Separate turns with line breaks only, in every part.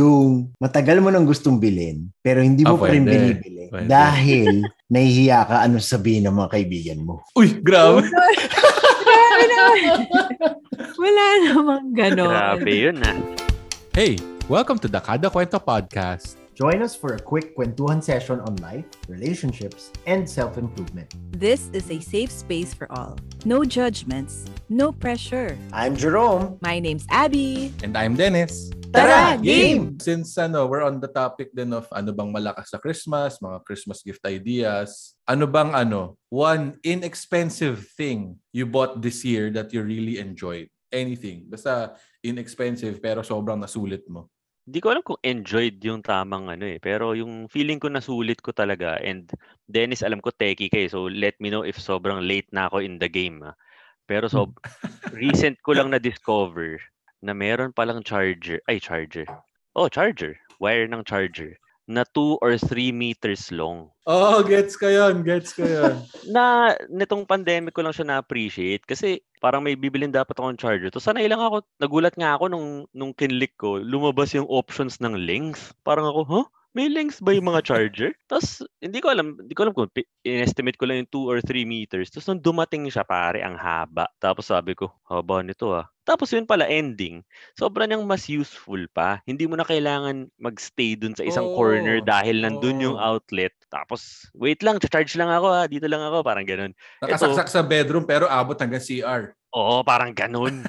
yung matagal mo nang gustong bilhin pero hindi mo
Ah,
pa rin
pwede.
binibili
Pwede.
dahil nahihiya ka anong sabihin ng mga kaibigan mo.
Uy, grabe.
Grabe naman. Wala namang ganon.
Grabe yun ah.
Hey, welcome to the Kada Kwento Podcast.
Join us for a quick kwentuhan session on life, relationships, and self-improvement.
This is a safe space for all. No judgments, no pressure.
I'm Jerome.
My name's Abby.
And I'm Dennis.
Tara, game!
Since ano, we're on the topic din of ano bang malakas sa Christmas, mga Christmas gift ideas. Ano bang ano, one inexpensive thing you bought this year that you really enjoyed? Anything. Basta inexpensive pero sobrang nasulit mo.
Hindi ko alam kung enjoyed yung tamang ano eh. Pero yung feeling ko nasulit ko talaga. And Dennis, alam ko techie kayo. So let me know if sobrang late na ako in the game. ah. Pero so, recent ko lang na-discover na meron palang charger. Ay, charger. Oh, charger. Wire ng charger. Na 2 or 3 meters long.
Oh, gets ko yun. Gets ko yun.
na nitong pandemic ko lang siya na-appreciate kasi parang may bibilin dapat akong charger. To sanay lang ako, nagulat nga ako nung nung kinlik ko, lumabas yung options ng length. Parang ako, huh? May lengths ba yung mga charger? Tapos, hindi ko alam, hindi ko alam kung pi- in-estimate ko lang yung 2 or 3 meters. Tapos nung dumating siya, pare, ang haba. Tapos sabi ko, haba nito ah. Tapos yun pala, ending. Sobra niyang mas useful pa. Hindi mo na kailangan magstay dun sa isang
Oo.
corner dahil nandun
Oo.
yung outlet. Tapos, wait lang, charge lang ako ha. Dito lang ako, parang ganun.
Nakasaksak sa bedroom pero abot hanggang CR.
Oo, parang ganun.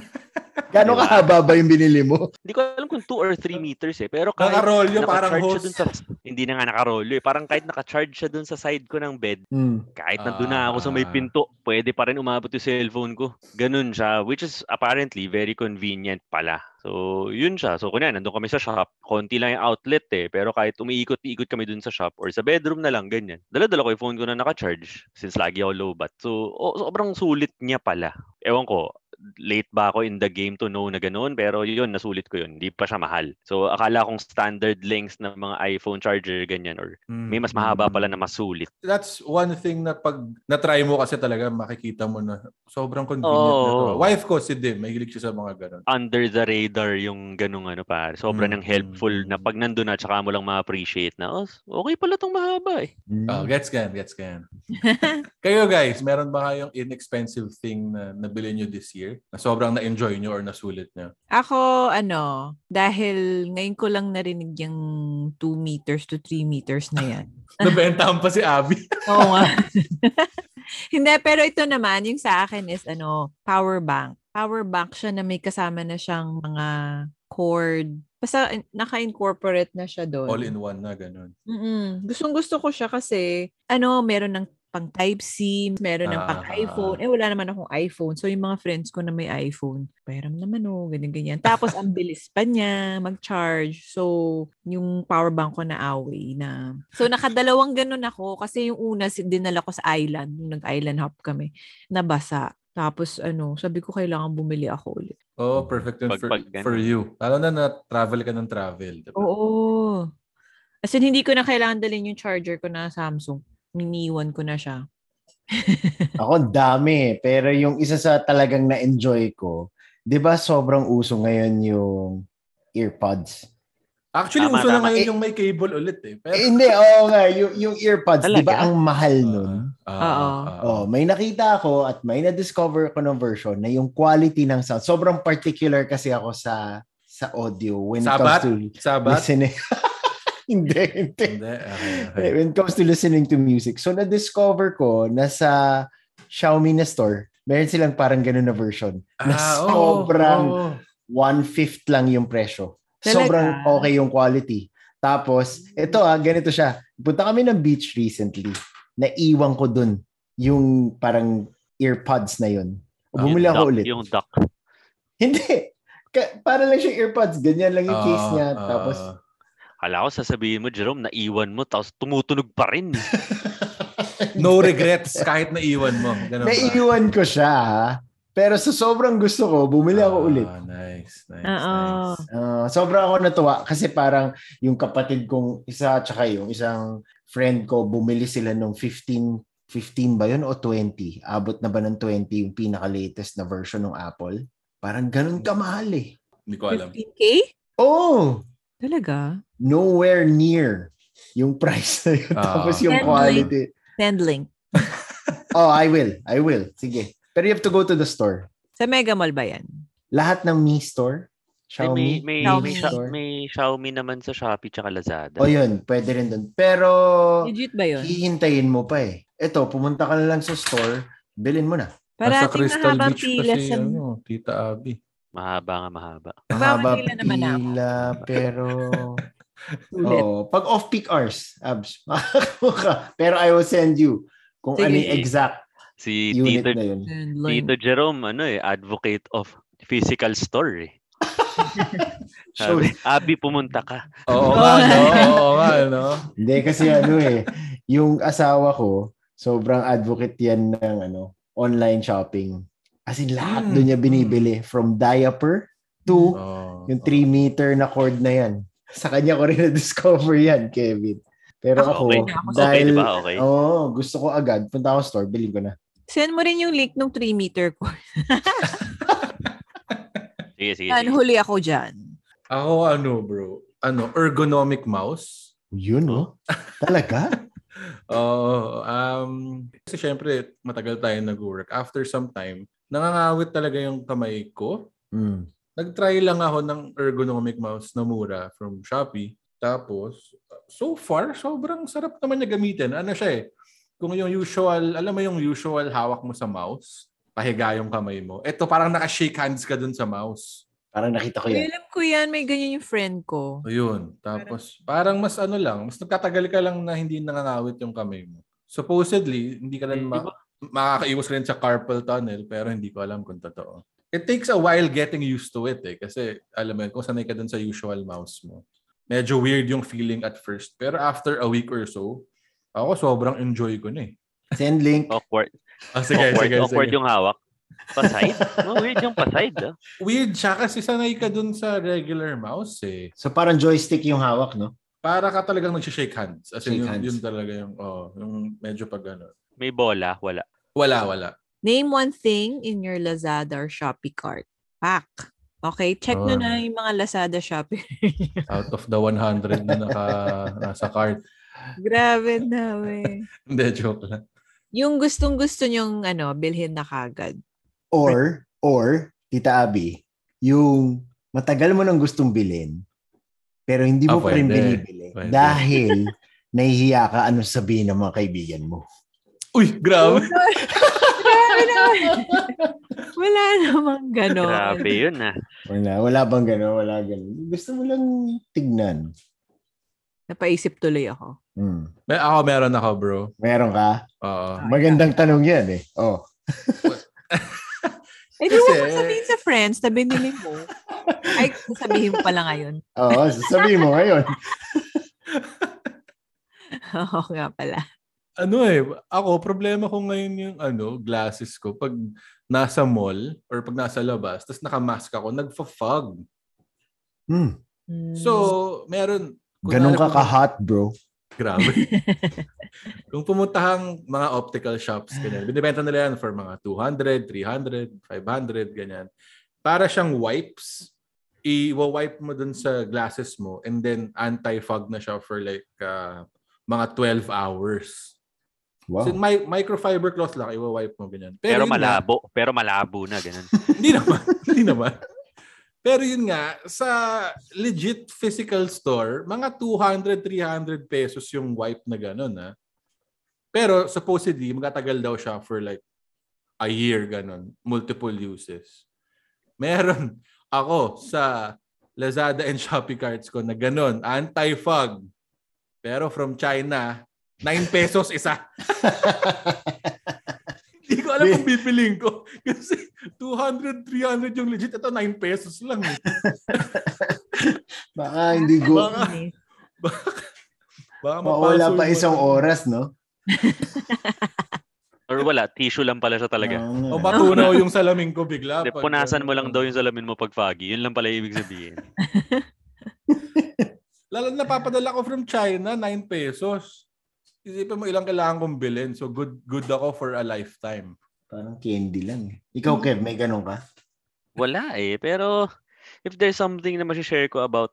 Gano'ng
Diba?
kahaba ba yung binili mo?
Hindi ko alam kung 2 or 3 meters eh. Pero kahit
Nakarolyo parang
naka-charge siya
host.
dun sa... Hindi na nga nakarolyo eh. Parang kahit naka-charge siya dun sa side ko ng bed,
Hmm.
kahit nandun na ako sa may
Ah.
pinto, pwede pa rin umabot yung cellphone ko. Ganun siya, which is apparently very convenient pala. So, yun siya. So, kunyan, nandun kami sa shop. Konti lang yung outlet eh. Pero kahit umiikot-ikot kami dun sa shop or sa bedroom na lang, ganyan. Dala-dala ko yung phone ko na naka-charge since lagi ako low bat. So, o- sobrang sulit niya pala. Ewan ko, late ba ako in the game to know na ganun pero yun nasulit ko yun hindi pa siya mahal so akala kong standard lengths ng mga iPhone charger ganyan or
Mm.
may mas mahaba pala na masulit
that's one thing na pag na-try mo kasi talaga makikita mo na sobrang convenient na to.
Oo.
Wife ko si Dim, mahilig siya sa mga ganun.
under the radar yung ganung ano pa. Sobrang
Hmm.
Mm,
ng helpful
mm,
na
mm.
pag nandun na tsaka mo lang ma-appreciate na oh, okay pala tong mahaba eh.
Hmm.
Oh, gets ka yan, gets ka yan. Kayo guys, meron ba kayong inexpensive thing na nabili nyo this year? Na sobrang na-enjoy nyo or nasulit nyo?
Ako, ano, dahil ngayon ko lang narinig yung 2 meters to 3 meters na yan.
Nabentahan pa si Abby.
Oo nga. Hindi, pero ito naman, yung sa akin is ano, power bank. Power bank siya na may kasama na siyang mga cord. Basta in- naka-incorporate na siya doon.
All in one na ganun.
mm Gustong gusto ko siya kasi, ano, meron ng pang Type-C, meron ng pang
Ah.
iPhone. Eh, wala naman akong iPhone. So, yung mga friends ko na may iPhone, pairam naman oh, ganyan-ganyan. Tapos, ang bilis pa niya mag-charge. So, yung power bank ko na away na. So, nakadalawang ganun ako kasi yung una, si- dinala ko sa island, nung nag-island hop kami, nabasa. Tapos, ano, sabi ko, kailangan bumili ako ulit.
Oh, perfect yun
Pag-
for,
pag ganun.
for you. Lalo na na-travel ka ng travel. diba?
Oo. As in, hindi ko na kailangan dalhin yung charger ko na Samsung. Miniwan ko na siya.
Ako, ang dami. eh. Pero yung isa sa talagang na-enjoy ko, di ba sobrang uso ngayon yung earpods?
Actually,
Tama,
uso na
tama.
ngayon yung may cable ulit eh. Pero,
Eh, hindi, oo nga. Yung, yung earpods, di ba
Talaga?
ang mahal nun?
Ah, ah,
Oo.
ah, ah.
Oh, may nakita ako at may na-discover ko ng version na yung quality ng sound. Sobrang particular kasi ako sa sa audio when
Sabat?
it comes to
Sabat?
listening. hindi, hindi.
Hindi. Okay, okay.
When it comes to listening to music. So na-discover ko na sa Xiaomi na store, meron silang parang ganun na version. Na
Ah, oo,
sobrang
oo.
one-fifth lang yung presyo.
Talaga?
Sobrang okay yung quality. Tapos, ito ah, ganito siya. Punta kami ng beach recently. Naiwan ko dun yung parang earpods na yun.
Ah,
Bumili
yung
ako
duck,
ulit.
Yung duck.
Hindi. Ka- para lang siya earpods. Ganyan lang yung case
Ah,
niya.
ah,
Tapos,
ah.
Hala ko sasabihin mo Jerome, naiwan mo tapos tumutunog pa rin. eh.
No regrets kahit naiwan mo. Ganun ba?
naiwan ko siya ha. Pero sa sobrang gusto ko, bumili ako
Ah,
ulit.
Nice, nice,
Oo.
nice.
Ah, sobrang ako natuwa kasi parang yung kapatid kong isa tsaka yung isang friend ko bumili sila nung 15 15 ba yun o 20? Abot na ba ng 20 yung pinaka-latest na version ng Apple? Parang ganun kamahal eh.
Hindi ko alam.
15K?
Oh!
Talaga?
Nowhere near yung price na yun.
Ah.
Tapos yung
Then,
quality.
Send link.
Oh, I will. I will. Sige. Pero you have to go to the store.
Sa Mega Mall ba yan?
Lahat ng Mi store,
Ay,
Xiaomi,
may, may,
Xiaomi
may, Xia-
store.
may Xiaomi naman sa Shopee tsaka Lazada.
O Oh, yun, pwede rin doon. Pero
Oh,
Legit ba yun?
hihintayin mo pa eh. Ito, pumunta ka na lang sa store, bilhin mo na.
Nasa
Parating
Crystal
mahabang
Beach
pila
kasi,
sa...
ano, Tita Abby.
Mahaba nga mahaba.
Mahaba
pila naman ako.
pila, pero...
Oh.
Ulit.
Oo. pag off-peak hours, abs, makakakuha ka. Pero I will send you kung
Sige.
ano yung exact
Si
unit
Tito,
na yun.
Send link.
Tito Jerome, ano eh, advocate of physical store eh.
Show
Sabi, Abi, pumunta ka.
Oo
Oo
nga,
nga.
no? Oo nga, no?
Hindi kasi ano eh, yung asawa ko, sobrang advocate yan ng ano, online shopping. As in lahat
Mm.
Hmm.
doon niya binibili from diaper to
Oo.
yung 3 meter na cord na yan. Sa kanya ko rin na-discover yan, Kevin. Pero ako,
Ako,
Ah, okay.
Ako,
Okay,
dahil oh.
di ba? Okay.
Oo, gusto ko agad. Punta ako sa store, bilhin ko na.
Send mo rin yung link ng 3-meter ko.
Sige, sige.
Yan,
sige.
huli ako dyan.
Ako, ano, bro? Ano, ergonomic mouse?
Yun, oh. Talaga?
Oo. um, kasi syempre, matagal tayo nag-work. After some time, nangangawit talaga yung kamay ko.
Mm.
Nag-try lang ako ng ergonomic mouse na mura from Shopee. Tapos, so far, sobrang sarap naman niya gamitin. Ano siya eh, kung yung usual, alam mo yung usual hawak mo sa mouse, pahiga yung kamay mo. Ito, parang naka-shake hands ka dun sa mouse.
Parang nakita ko
Uy,
yan.
alam ko yan, may ganyan yung friend ko.
Ayun. Tapos, parang mas ano lang, mas nagtatagal ka lang na hindi nangangawit yung kamay mo. Supposedly, hindi ka lang ma- makakaiwas rin sa carpal tunnel, pero hindi ko alam kung totoo. It takes a while getting used to it eh. Kasi, alam mo yun, kung sanay ka dun sa usual mouse mo. Medyo weird yung feeling at first. Pero after a week or so, ako sobrang enjoy ko na eh.
Send link.
Awkward.
Ah, sige,
awkward,
sige,
awkward
sige.
yung hawak. Paside? No, weird yung paside. Ah.
Weird siya kasi sanay ka dun sa regular mouse eh.
So parang joystick yung hawak, no?
Para ka talagang nagsishake hands. As
Shake
in, yun,
hands.
yun talaga yung, oh, yung medyo pag ano,
May bola, wala.
Wala, wala.
Name one thing in your Lazada or Shopee cart. Pack. Okay, check nyo
Yun.
na yung mga Lazada Shopee.
Out of the 100 na naka, nasa cart.
Grabe na, we.
Hindi, joke lang.
Yung gustong-gusto nyong ano, bilhin na kagad.
Or, or, Tita Abby, yung matagal mo nang gustong bilhin, pero hindi mo
Ah,
pa rin
pwede.
binibili.
Pwede.
Dahil, nahihiya ka ano sabihin ng mga kaibigan mo.
Uy, grabe.
Grabe na, we. Wala namang ganon.
Grabe yun ah.
Wala, wala bang gano'n? Wala gano'n. Gusto mo lang tignan.
Napaisip tuloy ako.
Hmm.
May, ako, meron ako, bro.
Meron ka?
Oo.
Magandang tanong yan eh. Oh.
Eh, di mo
Kasi-
pa sabihin sa friends na binili mo. Ay, sasabihin mo pala ngayon.
Oo, sasabihin mo ngayon.
Oo nga pala.
Ano eh, ako, problema ko ngayon yung ano, glasses ko. Pag nasa mall or pag nasa labas, tapos nakamask ako, nagfa-fog.
Hmm.
Mm.
So, meron.
Ganun ka
kunwari-
ka-hot, bro.
Grabe. Kung pumunta kang mga optical shops, ganyan, binibenta nila yan for mga 200, 300, 500, ganyan. Para siyang wipes, i-wipe mo dun sa glasses mo and then anti-fog na siya for like uh, mga 12 hours. So,
Wow.
mi- microfiber cloth lang, i-wipe mo ganyan.
Pero
yun nga,
malabo. Pero malabo na, ganun.
hindi naman. Hindi naman. Pero yun nga, sa legit physical store, mga 200, 300 pesos yung wipe na ganun. Ha? Pero supposedly, magtatagal daw siya for like a year ganun. Multiple uses. Meron ako sa Lazada and Shopee cards ko na ganun. Anti-fog. Pero from China, 9 pesos isa. Hindi ko alam kung bibiling ko. Kasi 200, 300 yung legit. Ito 9 pesos lang. eh.
Baka hindi go.
Baka- Baka
Mawala
mapasol
pa
mo
isang
yun.
oras, no?
Or wala, tissue lang pala siya talaga.
Oo nga.
ano. O matunaw yung salamin ko bigla.
Hindi,
Ah, pag- ano.
punasan mo lang daw yung salamin mo pag foggy. Yun lang pala yung ibig sabihin.
Lalo na papadala ko from China, 9 pesos. Isipin mo ilang kailangan kong bilhin. So good good ako for a lifetime.
Parang candy lang. eh. Ikaw, Kev, may ganun ka?
Wala eh. Pero if there's something na masishare ko about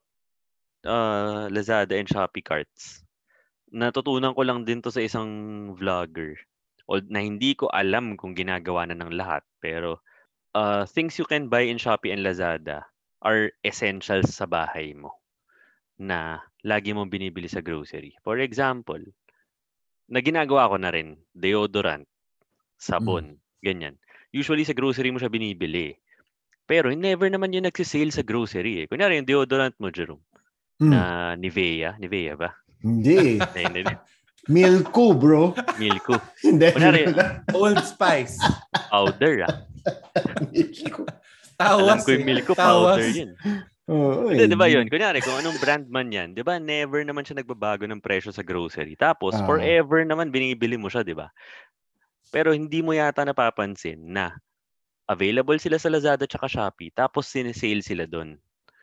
uh, Lazada and Shopee carts, natutunan ko lang din to sa isang vlogger Al- na hindi ko alam kung ginagawa na ng lahat. Pero uh, things you can buy in Shopee and Lazada are essentials sa bahay mo na lagi mong binibili sa grocery. For example, na ginagawa ko na rin, deodorant, sabon, ganyan. Usually sa grocery mo siya binibili. Pero never naman yun nagsisale sa grocery eh. Kunyari yung deodorant mo, Jerome,
Hmm.
na Nivea. Nivea ba?
Hindi.
Na yun din.
Milko, bro.
Milko.
Hindi.
Kunyari,
Old Spice.
Powder ah.
Milko.
Tawas.
Alam ko yung
eh.
Milko
Tawas.
powder yun.
Oo, eh.
Hindi, di ba yun? Kunyari, kung anong brand man yan, di ba, never naman siya nagbabago ng presyo sa grocery. Tapos,
Ah.
forever naman binibili mo siya, di ba? Pero hindi mo yata napapansin na available sila sa Lazada tsaka Shopee, tapos sinesale sila doon.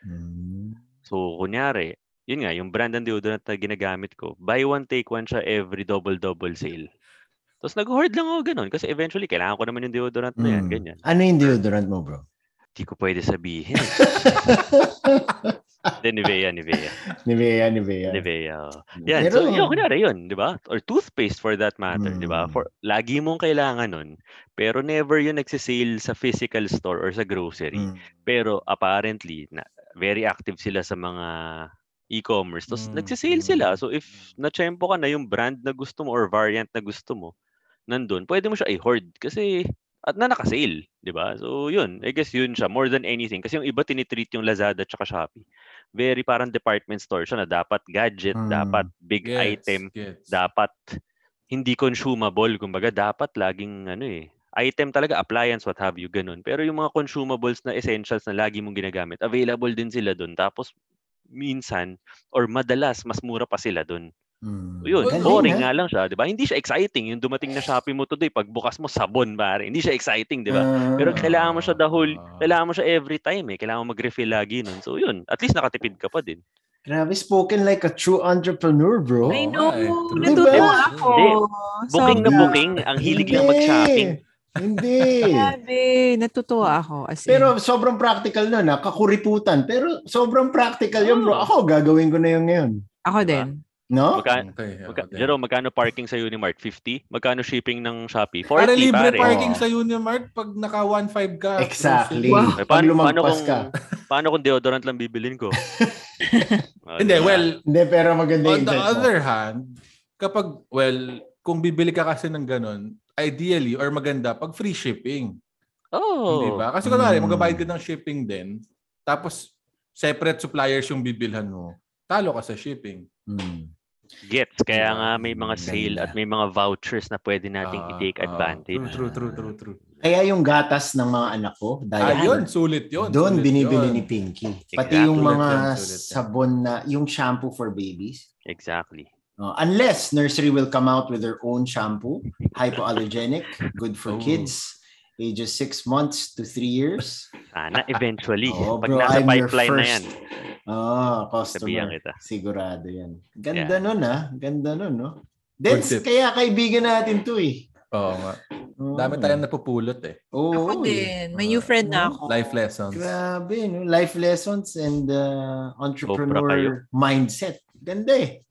Hmm.
Mm.
So, kunyari, yun nga, yung brand ng deodorant na ginagamit ko, buy one, take one siya every double-double sale. Tapos nag-hoard lang ako ganun kasi eventually kailangan ko naman yung deodorant na yan,
Mm.
ganyan.
Ano yung deodorant mo, bro?
Hindi ko pwede sabihin. Then Nivea, Nivea,
Nivea, Nivea.
Nivea. oo. Yan,
Pero-
so yun, kunyari yun, di ba? Or toothpaste for that matter, di ba?
Mm.
For, lagi mong kailangan nun, pero never yun nagsisale sa physical store or sa grocery.
Hmm.
Mm.
Pero apparently, na, very active sila sa mga e-commerce. Tapos
Mm,
nagsisale
mm.
sila. So if na-tempo ka na yung brand na gusto mo or variant na gusto mo, nandun, pwede mo siya i-hoard kasi at na nakasale, di ba? So yun, I guess yun siya more than anything. Kasi yung iba tinitreat yung Lazada tsaka Shopee. Very parang department store siya na dapat gadget,
Mm,
dapat big
Gets,
item,
gets.
dapat hindi consumable. Kumbaga, dapat laging ano eh, item talaga, appliance, what have you, ganun. Pero yung mga consumables na essentials na lagi mong ginagamit, available din sila doon. Tapos, minsan, or madalas, mas mura pa sila doon.
Mm.
So, Yun,
Galing,
boring
ah.
nga lang siya, di ba? Hindi siya exciting. Yung dumating na Shopee mo today, pagbukas mo, sabon, pare. Hindi siya exciting, di ba?
Ah.
Pero kailangan mo siya the whole,
Ah.
kailangan mo siya every time eh. Kailangan mo mag-refill lagi nun. So yun, at least nakatipid ka pa din.
Grabe, spoken like a true entrepreneur, bro.
I
Oo
know.
nga eh. True.
Natutuwa
Diba?
ako.
Hindi.
Booking
Booking na booking, ang hilig lang
Hindi.
mag-shopping.
Hindi.
Grabe. Natutuwa ako. As in,
Pero sobrang practical nun, ha? kakuriputan. Pero sobrang practical yun, bro.
Oo.
Ako, gagawin ko na yun ngayon.
ako
Diba?
din.
No?
Magka,
Okay,
Magka-
okay.
Jerome, magkano parking sa Unimart? 50? Magkano shipping ng Shopee? 40,
Para libre
pare.
parking
Oo.
sa Unimart pag naka 1.5 ka.
Exactly.
Wow.
Eh,
Pag
paano, paano
lumagpas
kung,
ka.
paano kung deodorant lang bibilin ko? Ah,
Hindi,
diba?
well,
Hindi, pero maganda
on
yung
the
insight mo.
other hand, kapag, well, kung bibili ka kasi ng ganun, ideally, or maganda, pag free shipping.
Oh.
Di ba? Kasi kunwari,
Mm.
magbabayad ka ng shipping din, tapos separate suppliers yung bibilhan mo. Talo ka sa shipping.
Hmm.
Gets. Kaya nga may mga
Ganda.
sale at may mga vouchers na pwede nating
Ah,
i-take
ah,
advantage.
true, true, true, true, true.
Kaya yung gatas ng mga anak ko, dahil
Ah, yun, sulit yun.
doon
sulit
binibili
yun.
ni Pinky. Pati
Exactly.
yung
Sulit
mga
yun, sulit yun.
sabon na, yung shampoo for babies.
Exactly.
Uh, unless nursery will come out with their own shampoo, hypoallergenic, good for
Oh.
kids, ages six months to three years.
Sana eventually.
Oo,
Oh,
pag
bro,
nasa
I'm your
pipeline na yan,
first Ah, customer.
sabihan kita.
Sigurado yan. Ganda nun ah. Ganda nun, no? That's,
Good tip.
kaya kaibigan natin to eh.
Oo nga.
Oo.
Dami tayong napupulot eh.
Oo,
Ako
eh.
din. May new friend na ako.
Life lessons.
Grabe, no? Life lessons and uh,
kayo.
entrepreneur mindset. Ganda eh.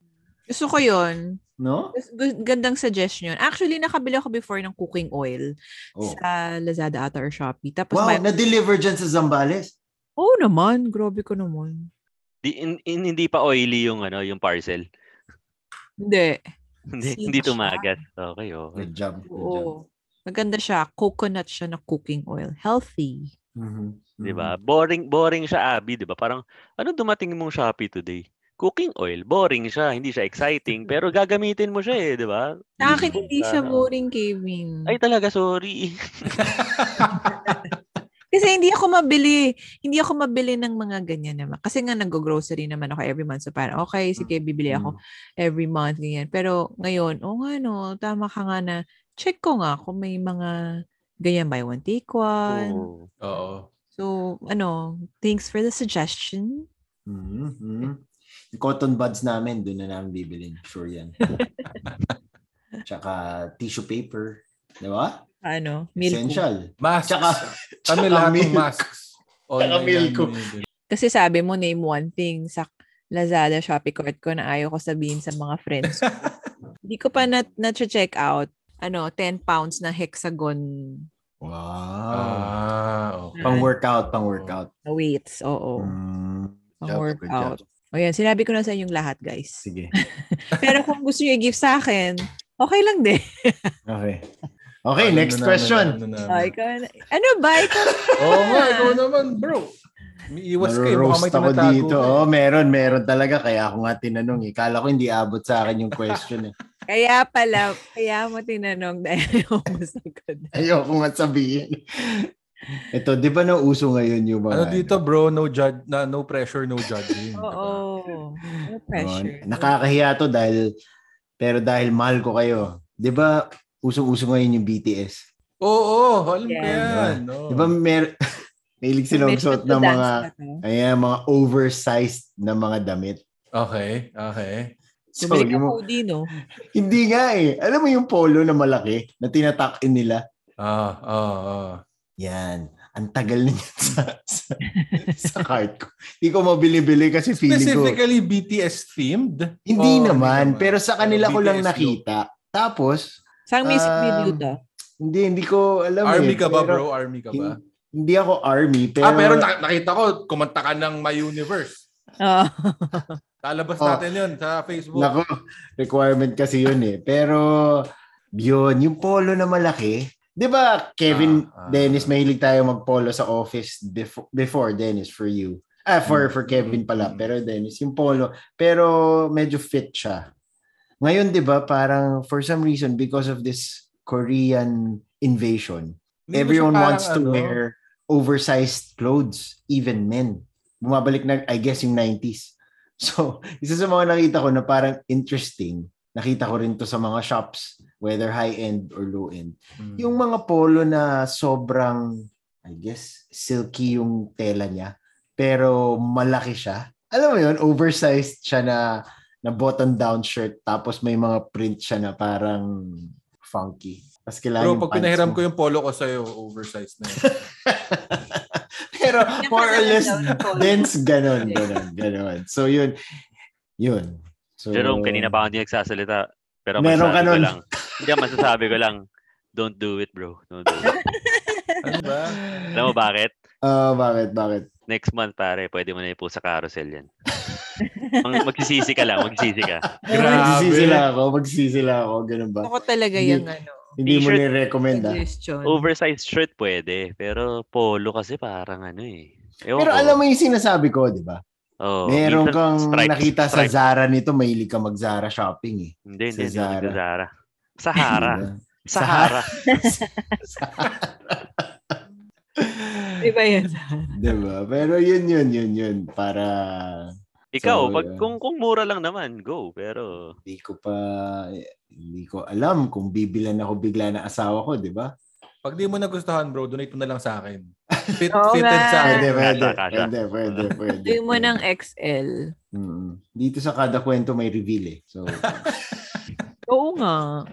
Gusto ko yun.
No?
Gus- gu- Gandang suggestion yun. Actually, nakabili ako before ng cooking oil
Oh.
sa Lazada ata or Shopee. Tapos
Wow,
may-
na-deliver dyan sa Zambales.
Oo naman. Grabe ko naman.
Di, in- in- hindi pa oily yung ano yung parcel.
Hindi.
hindi,
Sino
hindi
siya?
tumagas. Okay, oh. okay.
Good job. Good job.
Oo. Maganda siya. Coconut siya na cooking oil. Healthy.
Mhm.
'Di ba? Boring boring siya Abi, 'di ba? Parang ano dumating mong Shopee today? Cooking oil, boring siya, hindi siya exciting, pero gagamitin mo siya eh, 'di ba?
Sa akin, hindi siya
Sana.
boring,
Mm.
Kevin.
Mm-hmm. Ay talaga sorry.
Kasi hindi ako mabili. Hindi ako mabili ng mga ganyan naman. Kasi nga nag-grocery naman ako every month. So parang, okay, sige,
Mm-hmm.
bibili ako every month, ganyan. Pero ngayon, oo nga no, tama ka nga na, check ko nga kung may mga ganyan buy one, take one.
Oo.
Oo.
So, ano, thanks for the suggestion.
Mhm. Mhm. Yung Cotton buds namin, doon na namin bibilin. Sure yan. Tsaka tissue paper. Di ba?
Ano, milk.
Essential.
Masks.
Tsaka,
Kami
tsaka
lahat ng
milk.
masks. Online
Tsaka
lang
milk.
binibili.
Kasi sabi mo, name one thing. Sa, Lazada shopping cart ko na ayaw ko sabihin sa mga friends. ko. Hindi ko pa na, na-check out. Ano, 10 pounds na hexagon
Wow.
Ah, okay.
pang-workout, pang-workout.
na weights. Oo.
Mm, good job, good
Pang-workout.
job.
O yan, sinabi ko na sa inyong lahat, guys.
Sige.
Pero kung gusto nyo i-give sa akin, okay lang din.
Okay. Okay,
Ano
next
namin,
question.
ano namin.
Ay, ikaw na- ano ba? Ikaw
Oo nga, ikaw naman, bro. Umiiwas ka eh. Baka
Naro-roast
may
ako
tinatago
dito.
ka eh.
Oh, meron, meron talaga. Kaya ako nga tinanong eh. Kala ko hindi abot sa akin yung question eh.
Kaya pala, kaya mo tinanong dahil ako masagot.
Ayoko nga sabihin. Ito, di ba nauso ngayon yung mga...
Ano dito, bro? No judge, na no pressure, no judging.
Oo. No
Yun.
pressure.
ano, Nakakahiya to dahil... Pero dahil mahal ko kayo. Di ba usong-uso ngayon yung BTS?
Oo, oh, alam ko
Yeah.
yan. oh. oo.
Di ba mer... Mahilig
May
sila magsuot ng
dance
mga...
ka to.
Ayan, mga oversized na mga damit.
Okay, okay.
So,
Bumili ka
yung-
hoodie, no?
hindi nga eh. Alam mo yung polo na malaki na tinatak in nila?
Ah, ah, ah.
Yan. Ang tagal na yan sa, sa, sa cart ko. Hindi ko mabili-bili kasi feeling ko.
Specifically BTS themed?
Hindi
Oo,
naman. Pero sa kanila ko lang
BTS look.
nakita. Tapos,
Saan music
Um,
video to?
hindi, hindi ko alam
Army
eh.
ka ba,
Pero-
bro? Army ka ba?
hin- Hindi ako army. Pero,
Ah, pero nak- nakita ko, kumanta ka ng My Universe.
Oh.
Lalabas
Oh.
natin yun sa Facebook.
Nako, requirement kasi yun eh. Pero, yun, yung polo na malaki. Di ba, Kevin,
Ah, ah.
Dennis, mahilig tayo magpolo sa office before, before Dennis, for you. Ah, for,
Mm.
for Kevin pala.
Mm.
Pero Dennis, yung polo. Pero medyo fit siya. Ngayon, di ba, parang for some reason, because of this Korean invasion,
Hindi ba siya
everyone
parang
wants to
ano?
wear oversized clothes, even men. Bumabalik na, I guess, yung 90s. So, isa sa mga nakita ko na parang interesting, nakita ko rin to sa mga shops, whether high-end or low-end.
Mm.
Yung mga polo na sobrang, I guess, silky yung tela niya, pero malaki siya. Alam mo yun, oversized siya na, na button-down shirt, tapos may mga print siya na parang funky. Tapos kailangan
Bro,
yung
pag
pants
pinahiram
mo.
ko yung polo ko sa'yo, oversized na yun.
Pero more or less dense ganon,
Yeah.
ganon, ganon. So yun, yun. So,
Jerome, kanina pa ako hindi nagsasalita. Pero ang
Meron ka
masasabi ko
nun.
lang. Hindi, ang masasabi ko lang. Don't do it, bro. Don't do it.
ano ba?
Alam mo bakit?
Ah, bakit, bakit?
Next month, pare, pwede mo na ipo sa carousel yan. Ang- magsisisi ka lang, magsisisi ka.
Grabe.
Magsisisi lang ako, magsisisi lang ako, ganun ba?
Ako talaga
Hindi-
yung ano,
Hindi mo
T-shirt.
ni-recommend ah.
suggestion.
Oversized shirt pwede, pero polo kasi parang ano eh. Ewan
Pero
ko.
alam mo yung sinasabi ko, di ba?
Oo,
Meron
minsan
kang
stripes,
nakita sa
stripes.
Zara nito, mahilig ka mag-Zara shopping eh.
Hindi,
sa
hindi, hindi. hindi
Zara.
Sa Zara. Sahara.
Di ba?
Sahara.
Iba yun.
Di ba? Pero yun, yun, yun, yun. Para
Ikaw,
So,
pag,
yeah.
kung, kung mura lang naman, go. Pero,
hindi ko pa, hindi ko alam kung bibilan ako bigla na asawa ko, di ba?
Pag di mo nagustuhan, bro, donate mo na lang sa akin. Fit,
Oo
fitted
nga.
sa akin.
Pwede, pwede.
Kasha, kasha.
Pwede, pwede, pwede.
Doon mo ng XL.
Mm-mm. Dito sa kada kwento may reveal eh. So,
Oo nga.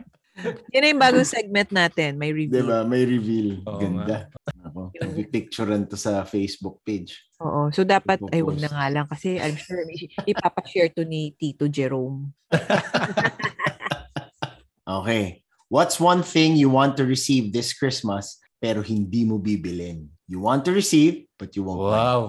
Yan na yung bagong segment natin. May
di
review.
ba? May reveal.
Oo
Ganda. Ako, picturean to sa Facebook page.
Oo. So, dapat, ay, wag
Ipopost.
na nga lang. Kasi, I'm sure, may- ipapashare to ni Tito Jerome.
Okay. What's one thing you want to receive this Christmas pero hindi mo bibilin? You want to receive but you won't buy.
Wow.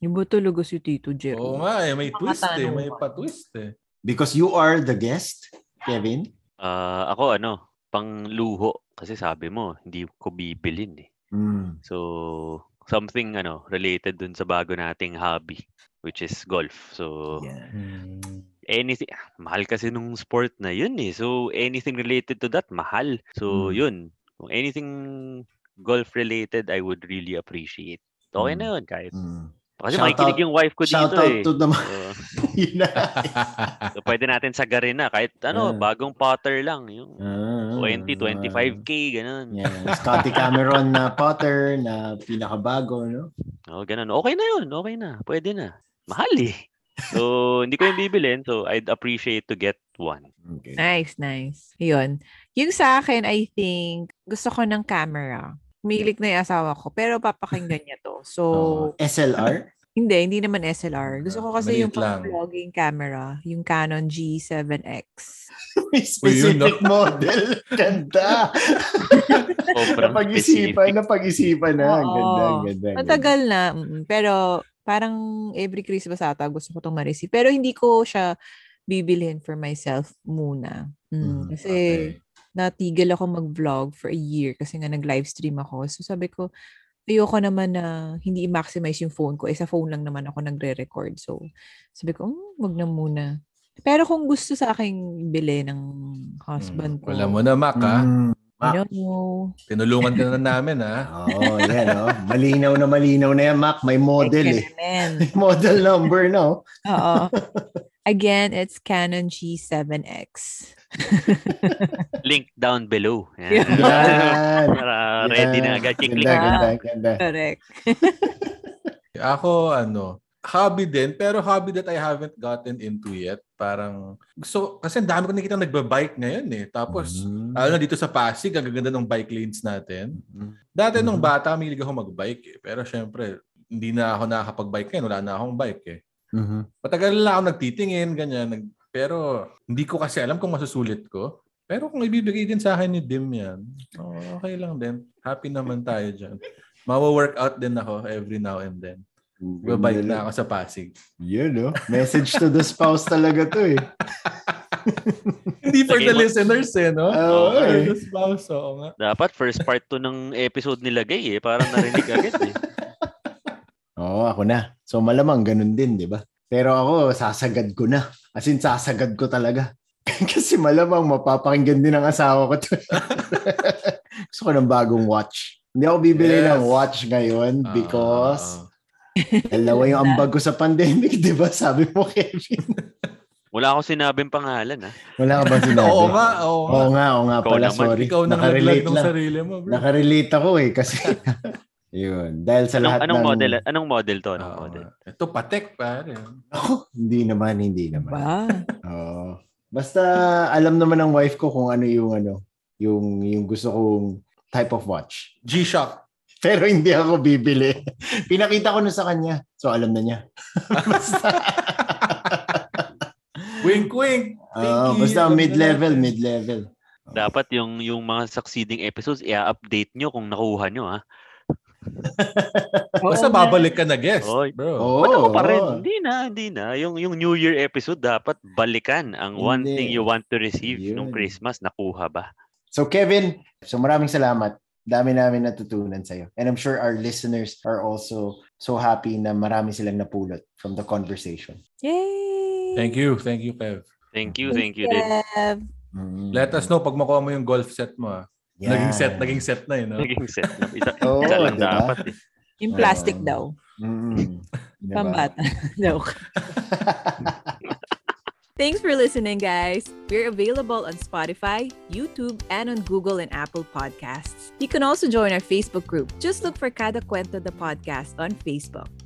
Yung ba talaga si Tito
Oo
Jerome?
nga eh, may twist eh.
Makatanong
May
pa.
pa-twist eh.
Because you are the guest, Kevin.
ah, ako ano, pang luho. Kasi sabi mo, hindi ko bibilin eh.
Mm.
So, something ano, related dun sa bago nating hobby, which is golf. So,
Yeah.
anything, ah, mahal kasi nung sport na yun eh. So, anything related to that, mahal. So,
Mm.
yun. Kung anything golf related, I would really appreciate. Okay na
Mm.
yun kahit.
Mm.
Kasi
Shout
makikinig
out-
yung wife ko
Shout
dito
out
eh.
to the mga
Oo.
yun na.
so, pwede natin sagarin na kahit
Ah.
ano, bagong putter lang. Yung
Ah,
20, 25k, ganun.
Yeah, Scotty Cameron na Potter na pinakabago, no?
Oh, ganun. Okay na yun. Okay na. Pwede na. Mahal eh. So, hindi ko yung bibilin. So, I'd appreciate to get one.
Okay.
Nice, nice. Yun. Yung sa akin, I think, gusto ko
Ah,
ng camera. Milik na yung asawa ko, pero papakinggan niya to. So,
Oo. SLR?
Hindi, hindi naman SLR. Gusto ko kasi yung
Maliit lang.
pang vlogging camera, yung Canon G7X.
May specific model. Ganda.
Sobrang
napag-isipan,
specific.
napag-isipan na. Ang Ganda,
Oo.
ang ganda. ang ganda.
Matagal na, mm, pero parang every Christmas ata gusto ko itong ma-receive. Pero hindi ko siya bibilhin for myself muna.
Hmm,
Mm,
Mm, kasi
Okay.
natigil ako mag-vlog for a year kasi nga nag-livestream ako. So sabi ko, ayoko naman na hindi i-maximize yung phone ko. Eh, sa phone lang naman ako nagre-record. So sabi ko, mm, wag na muna. Pero kung gusto sa aking bili ng husband
Hmm.
ko,
Wala mo na, Mac, ha?
Mm.
I don't know.
Tinulungan ka na namin, ha?
Oo, yan. Oh. Malinaw na malinaw na yan, Mac. May model
I
eh.
can amend.
Model number, no?
Oo. Again, it's Canon G7X.
Link down below. Yan.
Yeah.
Yan.
Para ready na agad. Click,
Ganda,
click.
ganda, ganda.
Correct.
Ako, ano, hobby din, pero hobby that I haven't gotten into yet. Parang, so, kasi ang dami ko nakikita nagbabike ngayon eh. Tapos,
Mm.
ano, dito sa Pasig, ang gaganda ng bike lanes natin. Dati nung
Mhm.
bata, mahilig ako magbike eh. Pero syempre, hindi na ako nakakapag-bike ngayon. Wala na akong bike eh.
Mhm.
Matagal na ako nagtitingin, ganyan. Nag, pero hindi ko kasi alam kung masusulit ko. Pero kung ibibigay din sa akin ni Dim yan, oh, okay lang din. Happy naman tayo dyan. Mawa-workout din ako every now and then. Babike na ako sa Pasig.
Yun, no? oh. Message to the spouse talaga to eh.
Hindi for the
Lagay mo-
listeners eh, no?
Oo,
For
eh.
the spouse, oo nga.
Dapat first part to ng episode nilagay eh. Parang narinig agad eh.
Oo, ako na. So malamang ganun din, di ba? Pero ako, sasagad ko na. As in, sasagad ko talaga. Kasi malamang mapapakinggan din ng asawa ko to. Gusto ko ng bagong watch. Hindi ako bibili
Yes.
ng watch ngayon
Ah,
because dalawa yung ambag ko sa pandemic, di ba? Sabi mo, Kevin.
Wala akong sinabing pangalan ah.
Wala ka bang
ah,
sinabi?
oo nga, oo nga.
Oo nga, oo nga
Ikaw
pala.
naman,
Oh, sorry.
Ikaw nang naglag
Nakarelate
ng
lang.
sarili mo, bro.
Nakarelate ako eh kasi yun. Dahil sa
Anong,
lahat
anong
ng...
model? Anong model to? Anong
Oo
model?
nga. Ito, patek, pare.
Ako, hindi naman, hindi naman.
Ba?
Oo. Basta alam naman ng wife ko kung ano yung ano, yung yung gusto kong type of watch.
G-Shock.
Pero hindi ako bibili. Pinakita ko na sa kanya. So alam na niya.
Wink, wink.
Oo,
Pinky,
Ah, basta
alam na
mid-level,
natin.
mid-level.
Dapat yung yung mga succeeding episodes, i-update nyo kung nakuha nyo ah.
Basta
Oo nga.
babalik ka na guest,
Oy.
bro.
Oo.
Oh, Ba't ako pa rin?
oo.
Hindi na, hindi na. Yung, yung New Year episode, dapat balikan ang one
Hindi.
thing you want to receive nung
Yun.
Christmas. Nakuha ba?
So Kevin, so maraming salamat. Dami namin natutunan sa'yo. And I'm sure our listeners are also so happy na marami silang napulot from the conversation.
Yay!
Thank you, thank you, Kev.
Thank you, thank you, Dave.
Kev.
Let us know pag makuha mo yung golf set mo. ah.
Mm. Yeah.
Naging set, naging set na yun. No?
Naging set. up. Isa,
Oo,
isa lang
diba?
dapat eh.
Yung plastic
Oo.
daw.
Mm. Diba?
Pambata. Joke. Thanks for listening, guys. We're available on Spotify, YouTube, and on Google and Apple Podcasts. You can also join our Facebook group. Just look for Cada Cuento the Podcast on Facebook.